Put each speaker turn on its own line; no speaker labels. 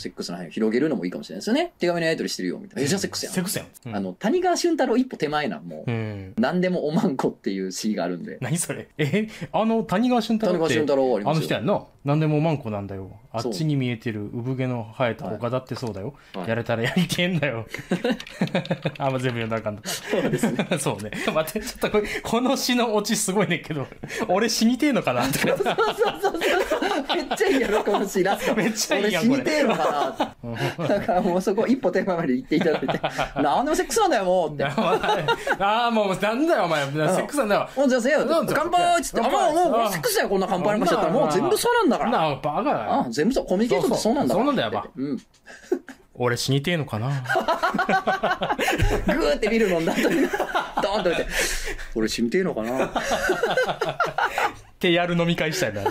セックスの範囲を広げるのもいいかもしれないですよね。手紙のやり取りしてるよ、みたいな。え、じゃあセックスやん。
セックスやん。うん
あの、谷川俊太郎一歩手前な、もう、
うん。
何でもおまんこっていう詩があるんで。
何それえあの谷川俊太
谷
郎っ
川俊
て
太郎あり
あ
ま
の
す
人
よ。
やんな何でもマンコなんだよあっ
そう
ちに見えてる産毛の生えた丘だってそうだよ、
はい
やれたらやりてえん だよあんま全部読んだらあかんな
そうですね。
そうね。待って、ちょっとこれ、この詩のオチすごいねんけど、俺死にてえのかなって。
そうそうそうそう。めっちゃいいやろ、この詩イラスト。
めっちゃいいやん
俺死にてえのかなだからもうそこ一歩手前まで行っていた だいて、何でもセックスなんだよ、もうって。
ああ、もう、なんだよ、お前。セックスなんだよ。
もう女性よ
なんだよ
乾杯っつって、あ、
乾杯
もう、も
あ
う、セックスや、こんな乾杯なんかしちゃったら、もう全部そうなんだか
な
ら。
あ、バカだ
あ、
よ。
全部そう。コミュニケーションってそうなんだ
そうそうそうなんだよ
うん。グ
俺死にてえのかな
ーってビール飲んだ後に、ドーンと置いて、俺死にてえのかな
ってやる飲み会したいな。